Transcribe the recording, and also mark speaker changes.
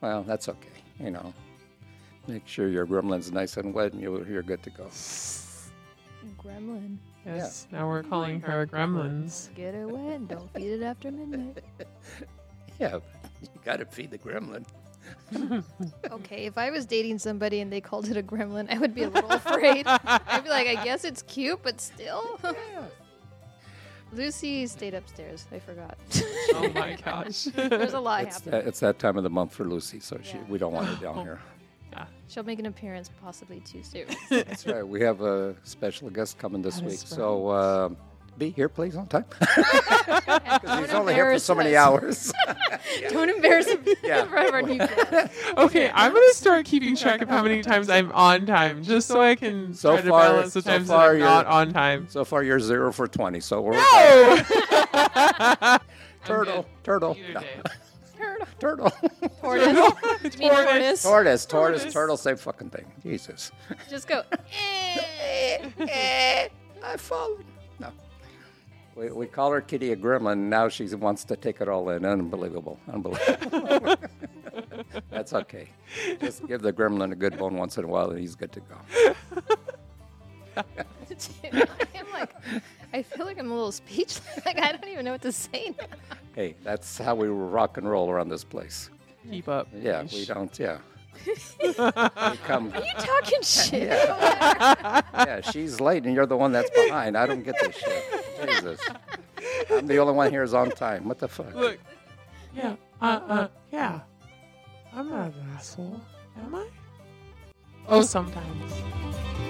Speaker 1: well, that's okay. You know, make sure your gremlin's nice and wet, and you're you're good to go.
Speaker 2: Gremlin.
Speaker 3: Yes, now we're calling her gremlins.
Speaker 2: Get it wet and don't feed it after midnight.
Speaker 1: Yeah, but you got to feed the gremlin.
Speaker 2: Okay, if I was dating somebody and they called it a gremlin, I would be a little afraid. I'd be like, I guess it's cute, but still. Lucy stayed upstairs. I forgot.
Speaker 3: Oh my gosh.
Speaker 2: There's a lot
Speaker 1: It's uh,
Speaker 2: happening.
Speaker 1: that, it's that time of the month for Lucy, so she,
Speaker 2: Yeah.
Speaker 1: we don't want her down
Speaker 3: Oh.
Speaker 1: here.
Speaker 2: She'll make an appearance possibly Tuesday.
Speaker 1: That's right. We have a special guest coming this
Speaker 3: That
Speaker 1: week,
Speaker 3: is
Speaker 1: so um, be here, please, on time.
Speaker 2: Don't
Speaker 1: He's only here for
Speaker 2: embarrass
Speaker 1: so many
Speaker 2: us.
Speaker 1: hours.
Speaker 2: Don't embarrass him
Speaker 1: Yeah.
Speaker 2: in front of our new guest.
Speaker 3: Okay, I'm gonna start keeping track of how many times I'm on time, just so I can
Speaker 1: So
Speaker 3: try to
Speaker 1: far-
Speaker 3: balance the
Speaker 1: so
Speaker 3: times
Speaker 1: far
Speaker 3: that I'm
Speaker 1: you're-
Speaker 3: not on time.
Speaker 1: so far, you're zero for twenty. So we're turtle, turtle,
Speaker 3: Either
Speaker 1: No,
Speaker 3: day.
Speaker 1: turtle,
Speaker 2: Tortoise. You mean
Speaker 1: tortoise,
Speaker 2: tortoise?
Speaker 3: Tortoise. Tortoise.
Speaker 1: tortoise, turtle. Same fucking thing. Jesus.
Speaker 2: Just go. eh,
Speaker 1: I've fallen. No. We, we call her Kitty a gremlin. Now she wants to take it all in. Unbelievable. Unbelievable. That's okay. Just give the gremlin a good bone once in a while and he's good to go.
Speaker 2: I'm like, I feel like I'm a little speechless. Like I don't even know what to say. Now.
Speaker 1: Hey, that's how we rock and roll around this place.
Speaker 3: Keep up.
Speaker 1: Yeah, we don't, yeah. we come,
Speaker 2: You talking shit?
Speaker 1: yeah, she's late and you're the one that's behind. I don't get this shit. Jesus. I'm the only one here who's on time. What the fuck?
Speaker 3: Look. Yeah. Uh. Uh. Yeah. I'm not an asshole, am I? Oh, sometimes.